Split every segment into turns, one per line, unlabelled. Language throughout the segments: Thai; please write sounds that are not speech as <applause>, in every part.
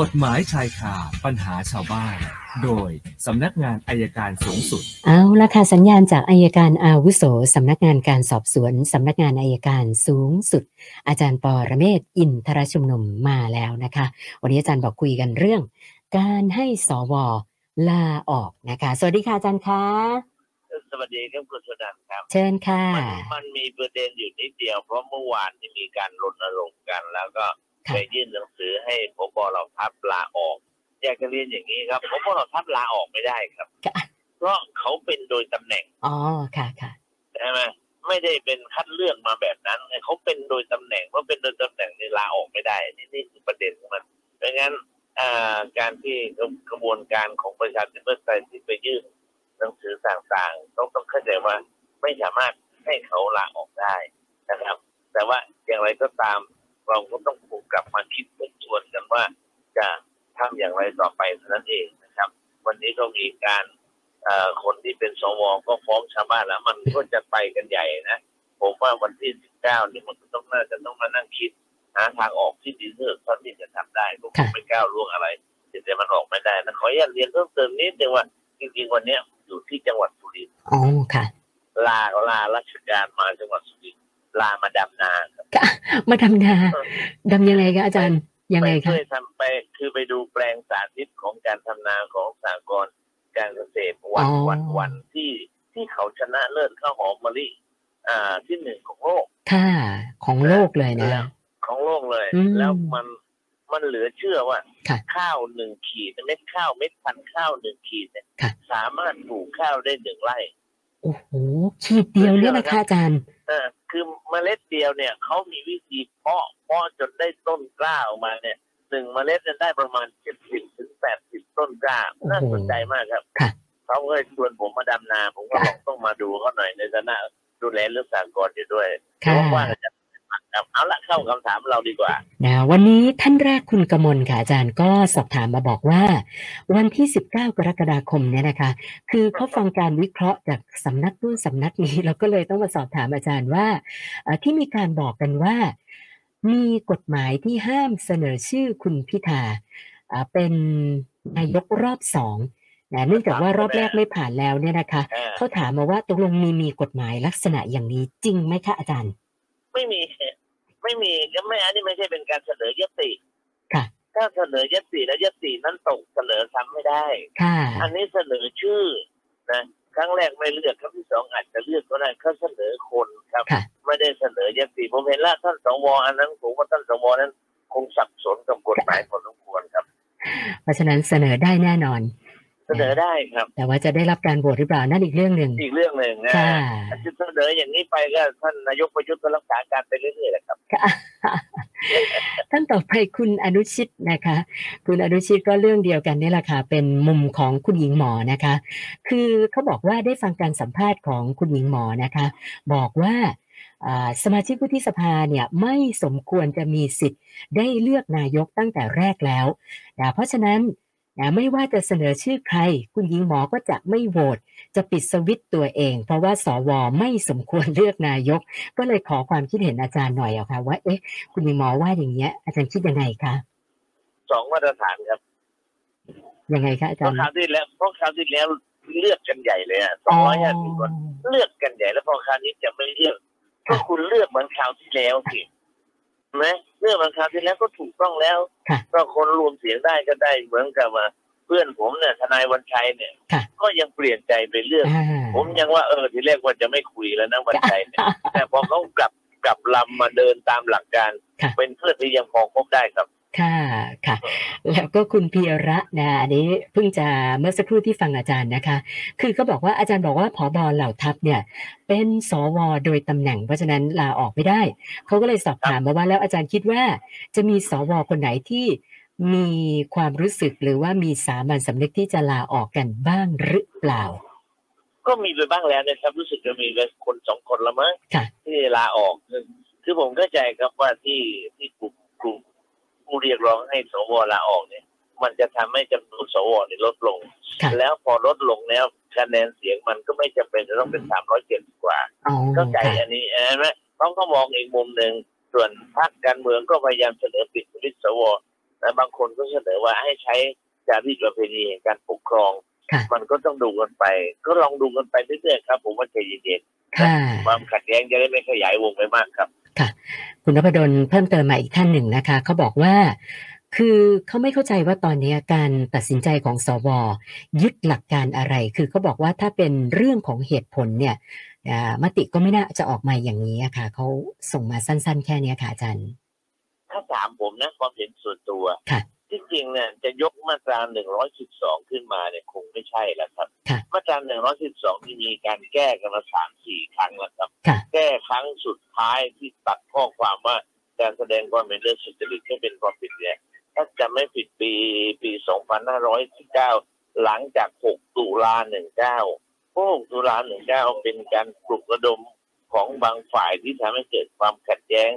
กฎหมายชายคาปัญหาชาวบ้าน โดยสำนักงานอายการสูงสุด
เอาละค่ะสัญญาณจากอายการอาวุโสสำนักงานการสอบสวนสำนักงานอายการสูงสุด อาจารย์ปอระเมศวร์อินทรชุมนุมมาแล้วนะคะ วันนี้อาจารย์บอกคุยกันเรื่อง การให้สวลาออกนะคะ สวัสดีค่ะอาจารย์คะ
สวัสดีครับคุณสุนันท์ครับ
เชิญค่ะ
มันมันมีประเด็นอยู่นิดเดียว เพราะเมื่อวานที่มีการรณรงค์กัน แล้วก็
ค่ะ
ไปยื่นหนังสือให้พบเหล่าทัพลาออกอยากจะเรียนอย่างนี้ครับพบเหล่าทัพลาออกไม่ได้ครับ เพราะเขาเป็นโดยตำแหน่ง
อ๋อค่ะค่ะ
ใช่ไหมไม่ได้เป็นคัดเลือกมาแบบนั้นเขาเป็นโดยตำแหน่งเพราะเป็นโดยตำแหน่งนี่ลาออกไม่ได้นี่นี่คือประเด็นของมันดังนั้นอ่าการที่กระบวนการของประชาธิปไตยที่ไปยื่นหนังสือต่างๆ ต้องต้องเข้าใจว่า ไม่สามารถให้เขาลาออกได้นะครับ แต่ว่าอย่างไรก็ตามเราก็ต้องคงกลับมาคิดทบทวนกันว่าจะทำอย่างไรต่อไปเท่านั้นเองนะครับ วันนี้ก็มีการเอ่อคนที่เป็นสวก็ฟ้องชาวบ้านแล้ว มันก็จะไปกันใหญ่นะผมว่าวันที่ 19นี่มันก็ต้องน่าจะต้องมานั่งคิดหาทางออกที่ดีที่สุดเท่าที่จะทำได้ผมคงไม่ก้าวล่วงอะไรแต่มันออกไม่ได้นะขออนุญาตเรียนเพิ่มเติมนิดนึงว่าจริงๆวันเนี้ยอยู่ที่จังหวัดสุรินทร์
อ๋อค่ะ
ลาก็ลาราชการมาจังหวัดสุรินทร์ลามาดำนาครับ
มาดำนาดำยังไงคะอาจารย์ยังไง
ป
คะ
ช่วยทำไปคือไปดูแปลงสาธิตของการทำนาของสากรณ์การเกษตรวันวันวันที่ที่เขาชนะเลิศข้าวหอมมะลิอ่าที่หนึ่งของโลก
ค่ะของโลกเลยนะ
ของโลกเลย
อืม
แล้วมันมันเหลือเชื่อว่า
ค่ะ
ข้าวหนึ่งขีดเม็ดข้าวเม็ดพันธุ์ข้าวหนึ่งขีดเนี่ยสามารถปลูกข้าวได้หนึ่งไร่
โอ้โหขีดเดียวเนี่ยนะคะอาจารย์
เออคือเมล็ดเดียวเนี่ยเขามีวิธีเพาะเพาะจนได้ต้นกล้าออกมาเนี่ยหนึ่งเมล็ดเนี่ยได้ประมาณเจ็ดสิบถึงแปดสิบต้นกล้า
โอ้โห
น่าสนใจมากครับ
ค่ะ
เขาเคยชวนผมมาดำนา ผมก็
ค่ะ
บอกต้องมาดูเขาหน่อยในฐานะดูแลเรื่องสากลอยู่ด้วย
ค่ะ
ว่างๆอาจจะครับเอาละเข้าคำถามเราดีกว่า
นะวันนี้ท่านแรกคุณกมลค่ะอาจารย์ก็สอบถามมาบอกว่า วันที่ 19 กรกฎาคมเนี่ยนะคะ คือเขาฟังการวิเคราะห์จากสำนักนู่นสำนักนี้ เราก็เลยต้องมาสอบถามอาจารย์ว่าเอ่อที่มีการบอกกันว่า มีกฎหมายที่ห้ามเสนอชื่อคุณพิธาเอ่อเป็นนายกรอบสองนะเนื่องจากว่ารอบแรกไม่ผ่านแล้วเนี่ยนะคะ
เออ
เขาถามมาว่าตกลงมีมีกฎหมายลักษณะอย่างนี้จริงไหมคะอาจารย์
ไม่มี ไม่มีก็ไม่อันนี้ไม่ใช่เป็นการเสนอยติ
ค่ะ
ถ้าเสนอยติแล้วยตินั้นตกเสนอซ้ำไม่ได้
ค่ะ
อันนี้เสนอชื่อนะครั้งแรกไม่เลือกครั้งที่สองอาจจะเลือกก็ได้เขาเสนอคนครับ
ค่ะ
ไม่ได้เสนอยติผมเห็นแล้วท่านสวอันนั้นผมว่าท่านสวนั้น คงสับสนกับกฎหมายพอสมควรครับ
เพราะฉะนั้นเสนอได้แน่นอน
เสนอได้ครับ
แต่ว่าจะได้รับการโหวตหรือเปล่านั่นอีกเรื่องหนึ่ง
อีกเรื่องหนึ่งนะ
ค่ะ
จะเสนออย่างนี้ไปก็ท่านนายกประยุทธ์ก็รักษาการไปเรื่อยๆแหละครับ
ค่ะ ท่านต่อไปคุณอนุชิตนะคะ คุณอนุชิตก็เรื่องเดียวกันนี่แหละค่ะเป็นมุมของคุณหญิงหมอนะคะ คือเขาบอกว่าได้ฟังการสัมภาษณ์ของคุณหญิงหมอนะคะ บอกว่าอ่าสมาชิกวุฒิสภาเนี่ยไม่สมควรจะมีสิทธิ์ได้เลือกนายกตั้งแต่แรกแล้วนะเพราะฉะนั้นนะไม่ว่าจะเสนอชื่อใคร คุณหญิงหมอก็จะไม่โหวตจะปิดสวิตช์ตัวเอง เพราะว่าสวไม่สมควรเลือกนายก ก็เลยขอความคิดเห็นอาจารย์หน่อยอะค่ะว่าเอ๊ะ คุณหญิงหมอว่าอย่างเงี้ยอาจารย์คิดยังไงคะ
สองมาตรฐานครับ
ยังไงคะอา
เพ
จาร
ราะ
ย์
คราวที่แล้วเพราะคราวที่แล้วเลือกกันใหญ่เลยอะสอ
อ๋
ง
อ
ร้อยห้าสิบคนเลือกกันใหญ่แล้วพอคราวนี้จะไม่เลือก ก็คุณเลือกเหมือนคราวที่แล้วสิเห็นไหมเลือกเหมือนคราวที่แล้วก็ถูกต้องแล้ว
ค่ะ
ก็คนรวมเสียงได้ก็ได้เหมือนกับว่าเพื่อนผมเนี่ยทนายวันชัยเนี่ย
ค่ะ
ก็ยังเปลี่ยนใจไปเลือก
อ่า
ผมยังว่าเออทีแรกว่าจะไม่คุยแล้วนะวันชัยเนี่ย แต่พอเขากลับกลับลำมาเดินตามหลักการ
ค่ะ
เป็นเพื่อนที่ยังพอคบได้ครับ
ค่ะค่ะ แล้วก็คุณเพียระนะอันนี้เพิ่งจะเมื่อสักครู่ที่ฟังอาจารย์นะคะ คือก็บอกว่าอาจารย์บอกว่าผอบอเหล่าทัพเนี่ย เป็นสวโดยตำแหน่งเพราะฉะนั้นลาออกไม่ได้ เขาก็เลยสอบถามมาว่าแล้วอาจารย์คิดว่าจะมีสวคนไหนที่มีความรู้สึกหรือว่ามีสามัญสำนึกที่จะลาออกกันบ้างหรือเปล่า
ก็มีไปบ้างแล้วนะครับ รู้สึกจะมีไปคนสองคนละมั้ง
ค่ะ
ที่ลาออกคือคือผมเข้าใจครับว่าที่ที่กลุ่มกลุ่มผู้เรียกร้องให้สวลาออกเนี่ย มันจะทำให้จำนวนสวเนี่ยลดลง
ค่ะ
แล้วพอลดลงแล้วคะแนนเสียงมันก็ไม่จำเป็นจะต้องเป็นสามร้อยเจ็ดกว่า
อ๋อ
เข้าใจ
ค่ะ
อันนี้เห็นไหมเขาก็มองอีกมุมหนึ่งส่วนพรรคการเมืองก็พยายามเสนอปิดสวิตช์สว และบางคนก็เสนอว่าให้ใช้จารีตประเพณีแห่งการปกครอง
ค่ะ
มันก็ต้องดูกันไป ก็ลองดูกันไปเรื่อยๆครับ ผมว่าใจเย็น
ค่ะ
ๆความขัดแย้งจะได้ไม่ขยายวงไปมากครับ
คุณนพดลเพิ่มเติมมาอีกท่านหนึ่งนะคะเขาบอกว่า คือเขาไม่เข้าใจว่าตอนนี้การตัดสินใจของสวยึดหลักการอะไร คือเขาบอกว่าถ้าเป็นเรื่องของเหตุผลเนี่ยอ่ามติก็ไม่น่าจะออกมาอย่างนี้อะค่ะเขาส่งมาสั้นๆ แค่เนี้ยค่ะอาจารย์
ถ้าถามผมนะความเห็นส่วนตัว
ค่ะ
ที่จริงเนี่ยจะยกมาตรา 112 ขึ้นมาเนี่ยคงไม่ใช่แล้วครับ
ค่ะ
มาตรา 112ที่มีการแก้กันมาสามสี่ครั้งแล้วครับ
ค่ะ
แก้ครั้งสุดท้ายที่ตัดข้อความว่าการแสดงความเป็นเรื่องสุจริตไม่เป็นความผิดเนี่ยถ้าจะไม่ผิดปีปี 2519 หลังจาก 6 ตุลา 19พวก6ตุลา 19 เป็นการปลุกระดมของบางฝ่ายที่ทำให้เกิดความขัดแย้ง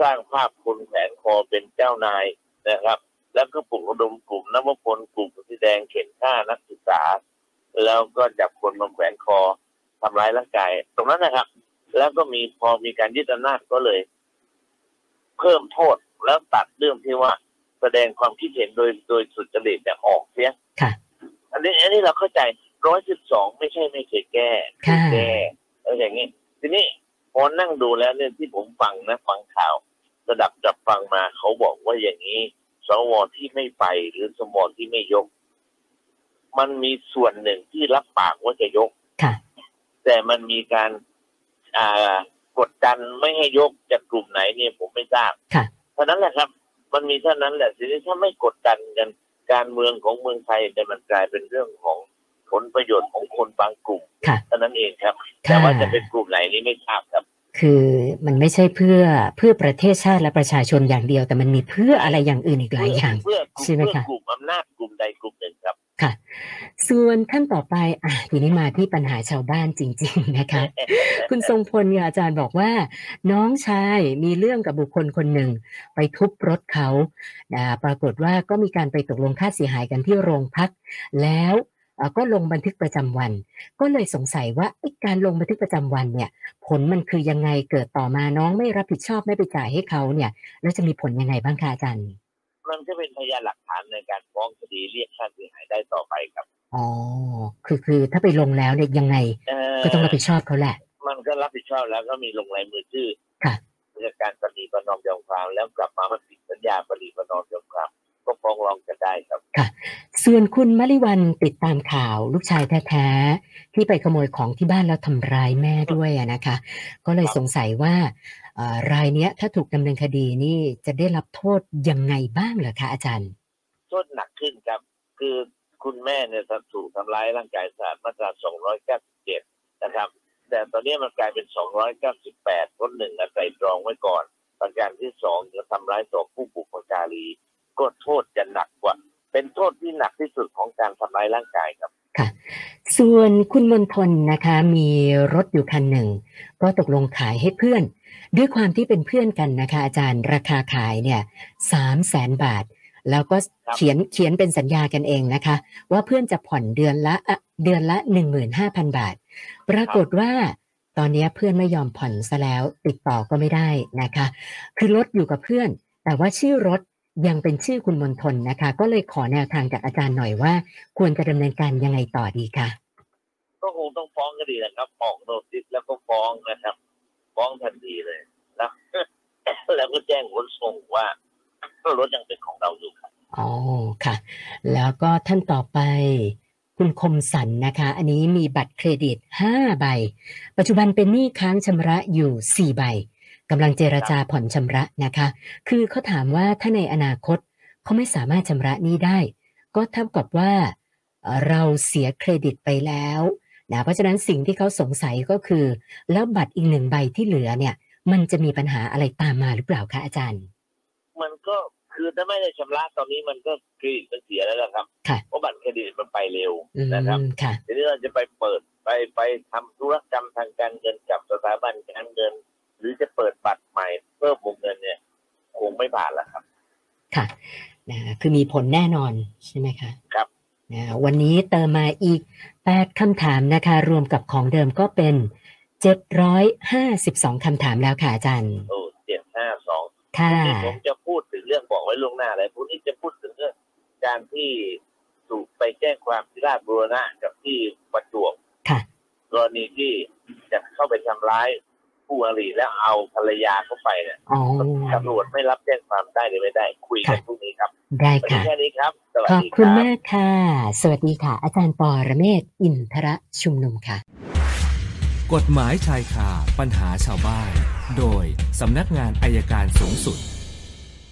สร้างภาพคนแขวนคอเป็นเจ้านายนะครับ แล้วก็ปลุกระดมกลุ่มนวพลกลุ่มสีแดงเข็นฆ่านักศึกษา แล้วก็จับคนมาแขวนคอทำร้ายร่างกายตรงนั้นนะครับ แล้วก็มีพอมีการยึดอำนาจก็เลย เพิ่มโทษแล้วตัดเรื่องที่ว่าแสดงความคิดเห็นโดยโดยสุจริตเนี่ยออกเสีย
ค่ะ
อันนี้อันนี้เราเข้าใจร้อยสิบสองไม่ใช่ไม่เคยแก้
ค่ะ
แก้แล้วอย่างนี้ ทีนี้พอนั่งดูแล้วเนี่ยที่ผมฟังนะฟังข่าว ระดับจับฟังมาเขาบอกว่าอย่างนี้ สวที่ไม่ไปหรือสวที่ไม่ยก มันมีส่วนหนึ่งที่รับปากว่าจะยก
ค่ะ
แต่มันมีการอ่ากดดันไม่ให้ยกจากกลุ่มไหนเนี่ยผมไม่ทราบ
ค่ะ
เท่านั้นแหละครับ มันมีเท่านั้นแหละทีนี้ถ้าไม่กดดันกัน การเมืองของเมืองไทยเนี่ยมันกลายเป็นเรื่องของผลประโยชน์ของคนบางกลุ่ม
ค่ะ
เท่านั้นเองครับ แต่
ค่ะ
ว่าจะเป็นกลุ่มไหนนี่ไม่ทราบครับ
คือมันไม่ใช่เพื่อเพื่อประเทศชาติและประชาชนอย่างเดียว แต่มันมีเพื่ออะไรอย่างอื่นอีกหลายอย่าง
เพื่อกลุ่ม
ใช่ไหม
เพื่อ
คะ
กลุ่มอำนาจกลุ่มใดกลุ่มหนึ่งครับ
ค่ะ ส่วนท่านต่อไปอ่ะทีนี้มาที่ปัญหาชาวบ้านจริง ๆ นะคะ คุณทรงพลเนี่ยอาจารย์บอกว่า น้องชายมีเรื่องกับบุคคลคนหนึ่ง ไปทุบรถเขาอ่าปรากฏว่าก็มีการไปตกลงค่าเสียหายกันที่โรงพัก แล้วเอ่อก็ลงบันทึกประจำวัน ก็เลยสงสัยว่าไอ้การลงบันทึกประจำวันเนี่ย ผลมันคือยังไงเกิดต่อมาน้องไม่รับผิดชอบไม่ไปจ่ายให้เขาเนี่ย แล้วจะมีผลยังไงบ้างคะอาจารย์
มันก็เป็นพยานหลักฐานในการฟ้องคดีเรียกค่าเสียหายได้ต่อไปครับ
อ๋อคือคือถ้าไปลงแล้วเนี่ยยังไง
เอ่อ
ก็ต้องรับผิดชอบเขาแหละ
มันก็รับผิดชอบแล้วก็มีลงลายมือชื่อ
ค่ะ
เพื่อการปณีประนอมยอมความแล้วกลับมามันผิดสัญญาปณีประนอมยอมความก็ฟ้องร้องกันได้ครับ
ส่วนคุณมะลิวันติดตามข่าวลูกชายแท้ๆ ที่ไปขโมยของที่บ้านแล้วทำร้ายแม่ด้วยอะนะคะ ก็เลยสงสัยว่าเอ่อรายเนี้ยถ้าถูกดำเนินคดีนี่จะได้รับโทษยังไงบ้างเหรอคะอาจารย์
โทษหนักขึ้นครับ คือคุณแม่เนี่ยถูกทำร้ายร่างกายสารมาตรา 297 นะครับ แต่ตอนนี้มันกลายเป็น 298ต้นหนึ่งอาศัยตรองไว้ก่อน ประการที่สองจะทำร้ายต่อผู้บุพการีก็โทษจะหนักกว่า เป็นโทษที่หนักที่สุดของการทำร้ายร่างกายครับ
ส่วนคุณมนทนนะคะมีรถอยู่คันหนึ่ง ก็ตกลงขายให้เพื่อน ด้วยความที่เป็นเพื่อนกันนะคะ อาจารย์ราคาขายเนี่ยสามแสนบาท แล้วก็เขียนเขียนเป็นสัญญากันเองนะคะ ว่าเพื่อนจะผ่อนเดือนละอ่ะเดือนละ 15,000 บาท ปรากฏว่าตอนนี้เพื่อนไม่ยอมผ่อนซะแล้วติดต่อก็ไม่ได้นะคะ คือรถอยู่กับเพื่อน แต่ว่าชื่อรถยังเป็นชื่อคุณมนทนนะคะ ก็เลยขอแนวทางจากอาจารย์หน่อยว่า ควรจะดำเนินการยังไงต่อดีคะ
ก็คงต้องฟ้องคดีแหละครับ ออกโนติสแล้วก็ฟ้องนะครับ ฟ้องทันทีเลยนะ <coughs> แล้วก็แจ้งขนส่งว่ารถยังเป็นของเราอยู่ครับ
อ๋อค่ะ แล้วก็ท่านต่อไป คุณคมสันนะคะ อันนี้มีบัตรเครดิต 5 ใบ ปัจจุบันเป็นหนี้ค้างชำระอยู่ 4 ใบกำลังเจรจาผ่อนชำระนะคะ คือเขาถามว่าถ้าในอนาคตเขาไม่สามารถชำระหนี้ได้ ก็เท่ากับว่าเอ่อเราเสียเครดิตไปแล้วนะเพราะฉะนั้นสิ่งที่เขาสงสัยก็คือ แล้วบัตรอีกหนึ่งใบที่เหลือเนี่ย มันจะมีปัญหาอะไรตามมาหรือเปล่าคะอาจารย์
มันก็คือถ้าไม่ได้ชำระตอนนี้มันก็เครดิตมันเสียแล้วล่ะครับ
ค่ะ
เพราะบัตรเครดิตมันไปเร็ว
อื
นะครับ
มค่ะ
ทีนี้เราจะไปเปิดไปไปทำธุรกรรมทางการเงินกับสถาบันการเงิน หรือจะเปิดบัตรใหม่เพิ่มวงเงินเนี่ย คงไม่ผ่านละครับ
ค่ะนะคือมีผลแน่นอนใช่ไหมคะ
ครับ
นะวันนี้เติมมาอีก 8คำถามนะคะ รวมกับของเดิมก็เป็น 752คำถามแล้วค่ะอาจารย์
โอ้เจ็ดห้าสอง
ค่ะ
ที่ผมจะพูดถึง รื่องบอกไว้ล่วงหน้าอะไรพวกนี้จะพูดถึงเรื่องการที่ถูกไปแจ้งความที่ราชบุรณะกับที่ประจวบ
ค่ะ
กรณีที่จะเข้าไปทำร้ายผู้อริแล้วเอาภรรยาเข้าไปเนี่ย
อ๋อ
ตำรวจไม่รับแจ้งความได้หรือไม่ได้ คุยกัน
ค่ะ
พรุ่งนี้ครับ
ได้
วันนี้
ค่ะ
แค่นี้ครับ สวัส
ขอบ
ดีค
คุณ
รับ
มากค่ะ สวัสดีค่ะ อาจารย์ปอระเมศวร์อินทรชุมนุมค่ะ
กฎหมายชายคาปัญหาชาวบ้าน โดยสำนักงานอายการสูงสุด